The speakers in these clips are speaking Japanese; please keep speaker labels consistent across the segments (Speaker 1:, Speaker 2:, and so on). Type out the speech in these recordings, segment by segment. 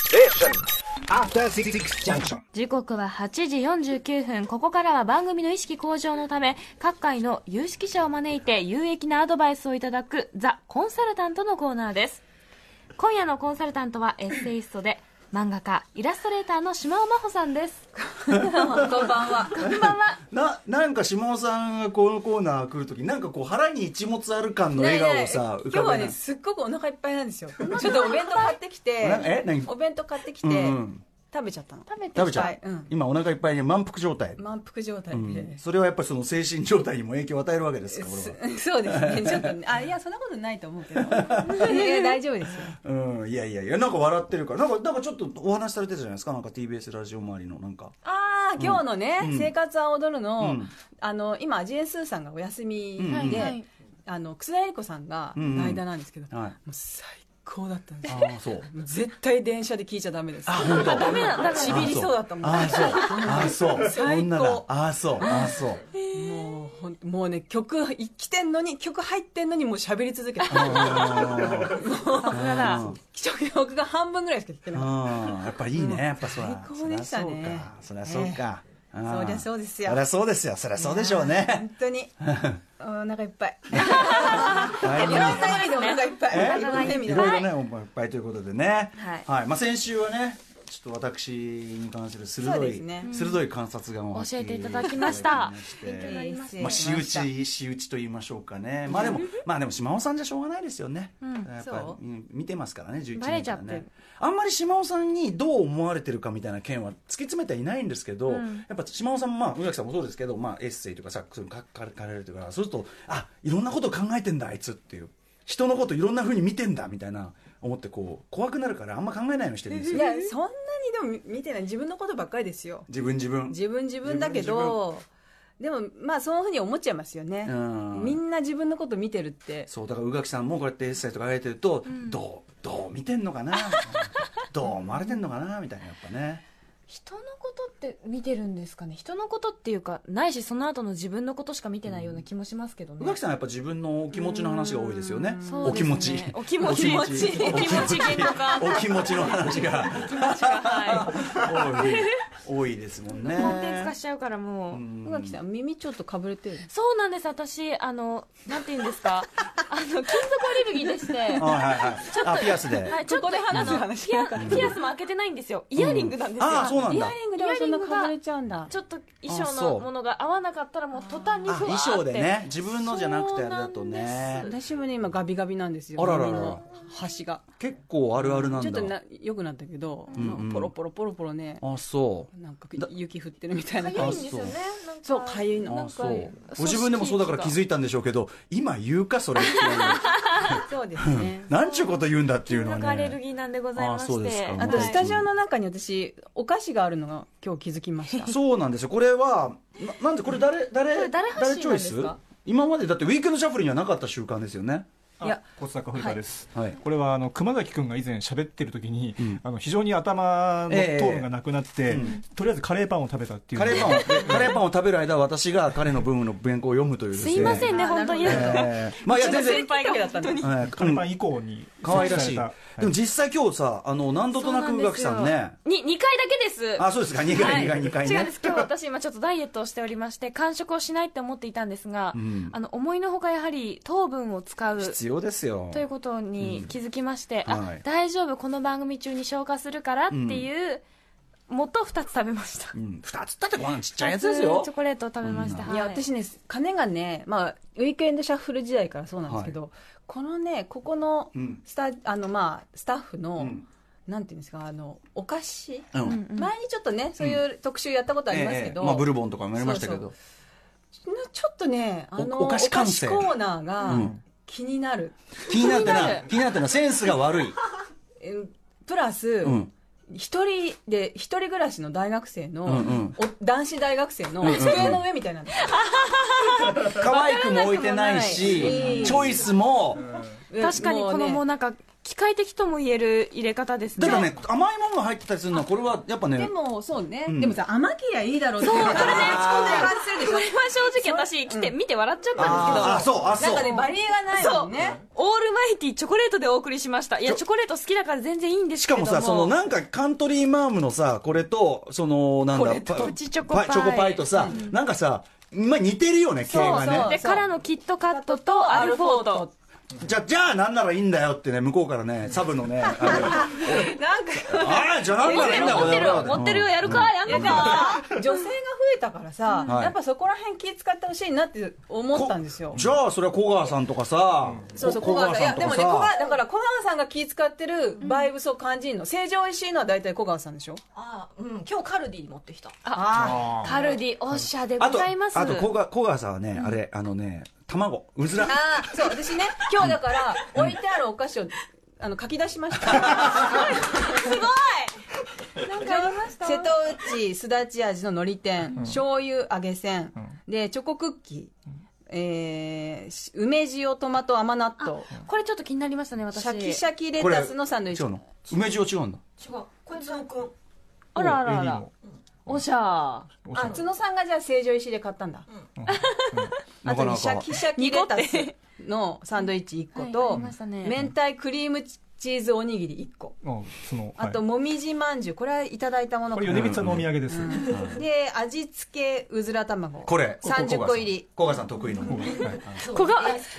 Speaker 1: Station. After Six Junction.
Speaker 2: 時刻は8時49分ここからは番組の意識向上のため各界の有識者を招いて有益なアドバイスをいただくザ・コンサルタントのコーナーです今夜のコンサルタントはエッセイストで漫画家イラストレーターの島尾真帆さんです
Speaker 3: こんばんは。
Speaker 2: こんばんは
Speaker 4: ななんか下尾さんがこのコーナー来るときなんかこう腹に一物ある感の笑顔をさ
Speaker 3: 今
Speaker 4: 浮
Speaker 3: 日
Speaker 4: かべな
Speaker 3: はいね、すっごくお腹いっぱいなんですよ。ちょっとお弁当買ってき
Speaker 4: お腹え
Speaker 3: て、
Speaker 4: 何
Speaker 3: お弁当買ってき
Speaker 4: うん
Speaker 3: て
Speaker 4: うん、
Speaker 3: 食べちゃったの。
Speaker 2: 食べて
Speaker 4: 食べちゃ
Speaker 3: は
Speaker 4: う
Speaker 3: い、うん
Speaker 4: 今お腹いっぱいに満腹状態、
Speaker 3: 満腹状態
Speaker 4: うん
Speaker 3: で。
Speaker 4: それはやっぱりその精神状態にも影響を与えるわけですかこ
Speaker 3: す
Speaker 4: れ
Speaker 3: そうですね。ちょっとね、あ、いや、そんなことないと思 うけど。いやいや大丈夫ですよ。
Speaker 4: は、うん、いやいやいやなんか笑ってるからなんかなんかちょっとお話しされてたじゃないですかなんか TBS ラジオ周りのなんか
Speaker 3: ああ、今日のね、
Speaker 4: うん
Speaker 3: 生活は踊るの、
Speaker 4: うん
Speaker 3: あの、今、アジェンスーさんがお休み
Speaker 4: うんはい
Speaker 3: で、
Speaker 2: はい
Speaker 3: あの、楠田絵理子さんが
Speaker 4: うんうん
Speaker 3: 代打なんですけど、
Speaker 4: はい
Speaker 3: もう最高だったんです
Speaker 4: あ
Speaker 3: よ。
Speaker 4: あ そう
Speaker 3: 絶対電車で聞いちゃダメです。
Speaker 4: あ本当
Speaker 2: ダメなんだ
Speaker 3: ちびりそうだったもん
Speaker 4: ああそうああそう
Speaker 3: 最高
Speaker 4: 女だああそうああ そう
Speaker 3: もうほんもうね曲来てんのに曲入ってんのにもう喋り続けて
Speaker 4: あ
Speaker 2: さすがだ
Speaker 4: うん
Speaker 3: 曲が半分ぐらいしか聞けなかっ
Speaker 4: あうんやっぱいいねやっぱそら
Speaker 3: 最高でしたね
Speaker 4: そらそうかそりゃそうか
Speaker 3: ええ
Speaker 4: ん
Speaker 3: そりゃそうですよ
Speaker 4: そりゃそうですよそりゃ
Speaker 3: た
Speaker 4: そうでしょうね
Speaker 3: 本当にお腹いっぱい
Speaker 4: はい
Speaker 3: いろんな意味でお腹いっぱ
Speaker 4: え
Speaker 3: いいろんな意味
Speaker 4: い
Speaker 3: で
Speaker 4: ろいろね、おっぱいいっぱいということでね、
Speaker 2: はい
Speaker 4: まあ、先週はね、ちょっと私に関する
Speaker 3: そう
Speaker 4: 鋭
Speaker 3: で
Speaker 4: い、
Speaker 3: すね
Speaker 4: 鋭い観察眼を発揮
Speaker 2: 教えていただきました
Speaker 4: いただきまして
Speaker 3: いい
Speaker 4: まあ、仕打
Speaker 3: 失礼し
Speaker 4: ち、仕打ちと言いましょうかね、まあでも、まあでも、島尾さんじゃしょうがないですよね、やっぱり
Speaker 3: そ
Speaker 4: うん見てますからね、11
Speaker 2: バレち
Speaker 4: 年
Speaker 2: ゃ
Speaker 4: 間
Speaker 2: って
Speaker 4: ね
Speaker 2: る、
Speaker 4: あんまり島尾さんにどう思われてるかみたいな件は突き詰めてはいないんですけど、
Speaker 2: うん
Speaker 4: やっぱ島尾さんも、まあ、宇垣さんもそうですけど、まあ、エッセイとかさ、書か書かれるというか、そうすると、あいろんなこと考えてんだ、あいつっていう、人のこといろんなふうに見てんだみたいな、思ってこう、怖くなるから、あんま考えないようにしてるんです
Speaker 3: たい
Speaker 4: よ、
Speaker 3: やそんなにでも見てない自分のことばっかりですよ
Speaker 4: 自分、自分。
Speaker 3: 自分自分だけどでもまあそういうふうに思っちゃいますよね
Speaker 4: うん
Speaker 3: みんな自分のこと見てるって
Speaker 4: そうだから宇垣さんもこうやってエッセイとか書いてると、どうどう見てんのかなどう思われてんのかなみたいなやっぱね
Speaker 2: 人のことって見てるんですかね人のことっていうかないしその後の自分のことしか見てないような気もしますけどね、
Speaker 4: 宇垣さんはやっぱ自分のお気持ちの話が多いですよね
Speaker 2: そう
Speaker 4: お
Speaker 2: です
Speaker 4: 気
Speaker 2: ね
Speaker 4: 持ち
Speaker 2: お気持ち
Speaker 4: お
Speaker 3: お気持ち言語化
Speaker 4: お気持ちの話が
Speaker 2: は
Speaker 4: 多い多いですもんね
Speaker 2: いコンテンツ化しちゃうからもう、
Speaker 3: 宇垣さん耳ちょっとかぶれてる
Speaker 2: そうなんです私あのなんて言うんですかあの金属オリブギでして
Speaker 4: はいはいはいあピアスで、
Speaker 2: はいちょっと
Speaker 3: ここで話す話
Speaker 2: あのピアピアスも開けてないんですよイヤリングなんですよ、
Speaker 4: ああそうなん
Speaker 3: イ
Speaker 4: だ
Speaker 3: ヤリングでもそんなかぶれちゃうんだ
Speaker 2: ちょっと衣装
Speaker 4: あそ
Speaker 2: の
Speaker 4: う
Speaker 2: ものが合わなかったらもう途端に
Speaker 4: あ
Speaker 2: ふわー
Speaker 4: 衣
Speaker 2: って
Speaker 4: 装でね自分のじゃなくてあれだと
Speaker 2: そう
Speaker 4: ね
Speaker 2: なんです
Speaker 3: 私もね今ガビガビなんですよ
Speaker 4: あらららら
Speaker 3: 耳の端が
Speaker 4: 結構あるあるなんだ
Speaker 3: ちょっとな良くなったけど、
Speaker 4: んうん
Speaker 3: ポロポロポロポロね
Speaker 4: あそう
Speaker 3: なんか
Speaker 4: だ
Speaker 3: 雪降ってるみたいな
Speaker 2: かゆいん
Speaker 3: 感じ
Speaker 2: ですよねなんか
Speaker 3: そうかゆいの
Speaker 2: なん
Speaker 4: あ
Speaker 2: か
Speaker 4: そうご
Speaker 2: 組織
Speaker 4: 自分でもそうだから気づいたんでしょうけど今言うかそれっていう
Speaker 3: そうですね
Speaker 4: なんちゅうこと言うんだっていうのは
Speaker 2: なんかアレル
Speaker 4: ね
Speaker 2: ギーなんでございまして
Speaker 4: あそうですか
Speaker 2: はい
Speaker 3: あとスタジオの中に私お菓子があるのが今日気づきました
Speaker 4: そうなんですよこれはななんでこれ誰
Speaker 2: こ
Speaker 4: 誰
Speaker 2: れ誰発信
Speaker 4: チョイス
Speaker 2: なんですか
Speaker 4: 今までだってウィークエンドシャッフルにはなかった習慣ですよね
Speaker 3: いや
Speaker 5: 小坂古川です、
Speaker 4: はいはい
Speaker 5: これはあの熊崎君が以前喋ってる時に、
Speaker 4: ん
Speaker 5: あの非常に頭の糖分がなくなって、
Speaker 4: えうん
Speaker 5: とりあえずカレーパンを食べたっていう
Speaker 4: カレーパンを カレーパンを食べる間私が彼の文の原稿を読むというです
Speaker 2: いません
Speaker 4: ね、
Speaker 2: ね本当に、
Speaker 3: あなる
Speaker 4: えーまあいや全然
Speaker 3: 先輩がだったのに
Speaker 4: はい
Speaker 5: カレーパン以降に
Speaker 4: 可愛らし
Speaker 5: 設置
Speaker 4: い、
Speaker 5: された
Speaker 4: でも実際今日さあの何度となく宇垣さんね
Speaker 2: に2回だけです
Speaker 4: あそうですか2
Speaker 2: は
Speaker 4: 回
Speaker 2: い
Speaker 4: 2回2回ね
Speaker 2: 違うんです今日私今ちょっとダイエットをしておりまして完食をしないって思っていたんですが、
Speaker 4: ん
Speaker 2: あの思いのほかやはり糖分を使う
Speaker 4: 必要ですよ
Speaker 2: ということに気づきまして、
Speaker 4: うん
Speaker 2: あ、
Speaker 4: はい
Speaker 2: 大丈夫この番組中に消化するからっていう、もと2つ食べました
Speaker 4: うん、2つったってご飯ちっちゃいやつですよ
Speaker 2: チョコレートを食べました、
Speaker 3: いや
Speaker 2: はい
Speaker 3: 私ね金がねまあウィークエンドシャッフル時代からそうなんですけど、このねここの
Speaker 4: うん
Speaker 3: スタ,、あのまあ、スタッフの、
Speaker 4: うん
Speaker 3: なんていうんですかあのお菓子、
Speaker 4: うん
Speaker 2: うんうん
Speaker 3: 前にちょっとねそういう特集やったことありますけど、
Speaker 4: ええまあ、ブルボンとかもやりましたけど
Speaker 3: ちょっとねあの
Speaker 4: お
Speaker 3: お
Speaker 4: お菓
Speaker 3: 菓
Speaker 4: 子
Speaker 3: 子
Speaker 4: 感性
Speaker 3: コーナーが
Speaker 4: うん
Speaker 3: 気になる、
Speaker 4: 気になって
Speaker 2: 気にな
Speaker 4: な
Speaker 2: る
Speaker 4: 気になってなセンスが悪い、
Speaker 3: えープラス、
Speaker 4: うん、
Speaker 3: 一人で一人暮らしの大学生の、
Speaker 4: うんうん
Speaker 3: お男子大学生の机の上みたいなの、
Speaker 4: 可愛くも置いてないし
Speaker 3: うん
Speaker 4: チョイスも
Speaker 3: え
Speaker 2: 確かに
Speaker 3: もう
Speaker 2: こ
Speaker 3: ね
Speaker 2: のもうなんか機械的とも言える入れ方ですね
Speaker 4: ただね甘いものが入ってたりするのはこれはやっぱね
Speaker 3: でもそうね、
Speaker 4: うん
Speaker 3: でもさ甘きゃいいだろうって
Speaker 2: そう
Speaker 3: こ
Speaker 2: こ
Speaker 3: れ
Speaker 2: れ
Speaker 3: ね
Speaker 2: ね
Speaker 3: 突っ込んでる感じするでし
Speaker 2: こ
Speaker 3: ょ
Speaker 2: れは正直私来て見て笑っちゃった
Speaker 4: あ
Speaker 2: ん
Speaker 4: あ
Speaker 2: ですけど
Speaker 4: そうあそうん
Speaker 3: なかねバリエがないもんね
Speaker 2: オールマイティチョコレートでお送りしましたいやチョコレート好きだから全然いいんです
Speaker 4: し
Speaker 2: け
Speaker 4: か
Speaker 2: れど
Speaker 4: も
Speaker 2: も
Speaker 4: さそのなんかカントリーマームのさこれとそのなん
Speaker 2: こ
Speaker 4: だ
Speaker 2: れと
Speaker 4: パ
Speaker 2: プチチョコパイ
Speaker 4: チョコパイとさ、なんかさまあ似てるよね系
Speaker 3: そう
Speaker 4: が
Speaker 3: そう
Speaker 4: ね
Speaker 2: でからのキットカットとアルフォート
Speaker 4: じゃじゃあなんならいいんだよってね向こうからねサブのねあ
Speaker 3: なんか
Speaker 4: れあーじゃあなん
Speaker 2: 持っ
Speaker 4: ならい
Speaker 2: て
Speaker 4: い
Speaker 2: る
Speaker 4: んだよ
Speaker 2: 持ってる持ってるよやるかやんのか
Speaker 3: 女性が増えたからさ、
Speaker 4: はい
Speaker 3: やっぱそこら辺気使ってほしいなって思ったんですよ
Speaker 4: じゃあそれは小川さんとかさ、
Speaker 3: そうそう
Speaker 4: こ
Speaker 3: 小川さんいや
Speaker 4: と
Speaker 3: で
Speaker 4: か
Speaker 3: もね小川だから小川さんが気使ってるバイブスを感じるの成城石井のは大体小川さんでしょ
Speaker 6: ああうん今日カルディに持ってきた
Speaker 3: あ
Speaker 2: カルディおっしゃでご
Speaker 4: あと
Speaker 2: ざいます
Speaker 4: あと小川小川さんはね、あれあのね卵うずら
Speaker 3: あーそう私ね今日だから置いてあるお菓子をあの書き出しましたすごいなんかありました瀬戸内すだち味ののり天、醤油揚げせん、でチョコクッキー、えーし梅塩トマト甘納豆
Speaker 2: これちょっと気になりましたね私
Speaker 3: シャキシャキレタスのサンドイッチ
Speaker 4: 違うの梅塩違うんだ
Speaker 6: 違うこれゾン君
Speaker 2: あらあらあ
Speaker 5: エリー
Speaker 2: ら
Speaker 5: も
Speaker 2: おしゃ
Speaker 5: おしゃ
Speaker 3: あ
Speaker 5: れ
Speaker 3: 角さんがじゃあ成城石井で買ったんだ、
Speaker 4: な
Speaker 3: あと
Speaker 4: かな
Speaker 3: に
Speaker 4: か
Speaker 3: シャキシャキレタスのサンドイッチ1個
Speaker 2: はいあ
Speaker 3: と、
Speaker 2: りましたね
Speaker 3: 明太クリームチーズおにぎり1個
Speaker 5: うんその
Speaker 3: あと
Speaker 5: はい
Speaker 3: もみじまんじゅうこれはいただいたもの
Speaker 5: こ
Speaker 3: か
Speaker 5: れ
Speaker 3: な
Speaker 5: 米光さんのお土産です
Speaker 3: で味付けうずら卵
Speaker 4: これ
Speaker 3: 30個入り
Speaker 4: 小川さん小川さん得意の
Speaker 5: はい
Speaker 2: あこが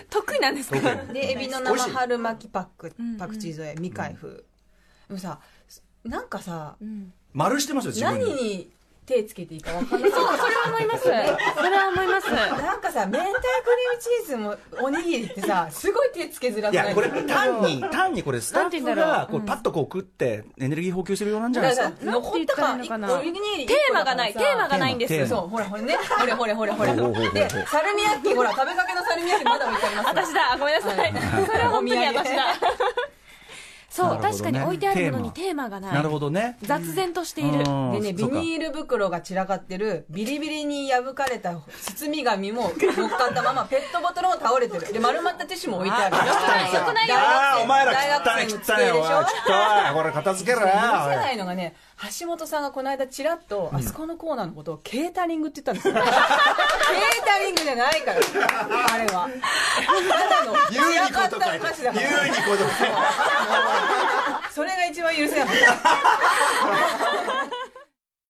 Speaker 2: 得意なんですか
Speaker 4: 得意
Speaker 3: でエビの生春巻きパックパクチー添え未開封でもさなんかさ
Speaker 2: うん
Speaker 4: 丸してますよ自分
Speaker 3: 何
Speaker 4: に
Speaker 3: に手つけていいか分かんない
Speaker 2: そうそれは思いますそれは思います
Speaker 3: なんかさ明太クリームチーズもおにぎりってさすごい手つけづらく
Speaker 4: い
Speaker 3: ない
Speaker 4: やこれ単に単にこれスタ
Speaker 2: なんて
Speaker 4: ッ
Speaker 2: 言
Speaker 4: フ
Speaker 2: うんだろう
Speaker 4: がこうパッとこう食ってエネルギー補給するようなんじゃ
Speaker 3: だ
Speaker 4: な
Speaker 3: か
Speaker 4: い
Speaker 3: ら
Speaker 4: です
Speaker 3: さ
Speaker 4: か
Speaker 3: 残った
Speaker 2: なんて言ったらいい
Speaker 3: 感
Speaker 2: のかな
Speaker 3: おにぎり
Speaker 2: テーマがないテーマがないんです
Speaker 4: テーマ
Speaker 2: よ
Speaker 4: テーマ
Speaker 3: そうほらほらねほれほれほれほれ
Speaker 4: ほうほうほうほう
Speaker 3: でサルミアッキほら食べかけのサルミアッキまだ置いてあります
Speaker 2: 私だごめんなさいそれは本当に私だ
Speaker 4: な
Speaker 2: そう
Speaker 4: るほどね
Speaker 2: 確かに置いてあるものにテーマがな
Speaker 4: ないるほどね
Speaker 2: 雑然として
Speaker 4: で
Speaker 2: いる
Speaker 3: でね、ビニール袋が散らかってる、ビリビリに破かれた包み紙も乗っかったまま、ペットボトルも倒れてる。で、丸まったティッシュも置いてある。
Speaker 2: よくないよ
Speaker 4: ああーお前ら
Speaker 3: 大
Speaker 4: 汚
Speaker 3: 学
Speaker 4: い
Speaker 3: 生の
Speaker 4: 汚
Speaker 3: 机
Speaker 4: い
Speaker 3: でし
Speaker 4: お
Speaker 3: ょ
Speaker 4: い汚いこれ片付けろよ
Speaker 3: 許せない のがね、橋本さんがこの間ちらっと、あそこのコーナーのことをケータリングって言ったんですよ。ケータリングじゃないから、あれは。た だの
Speaker 4: 言う
Speaker 3: 散ら
Speaker 4: に
Speaker 3: かっ
Speaker 4: こと書
Speaker 3: たお
Speaker 4: いて
Speaker 3: 菓子だか
Speaker 4: 言
Speaker 3: ら、
Speaker 4: うにこと書いて
Speaker 3: それが一番許せなかった。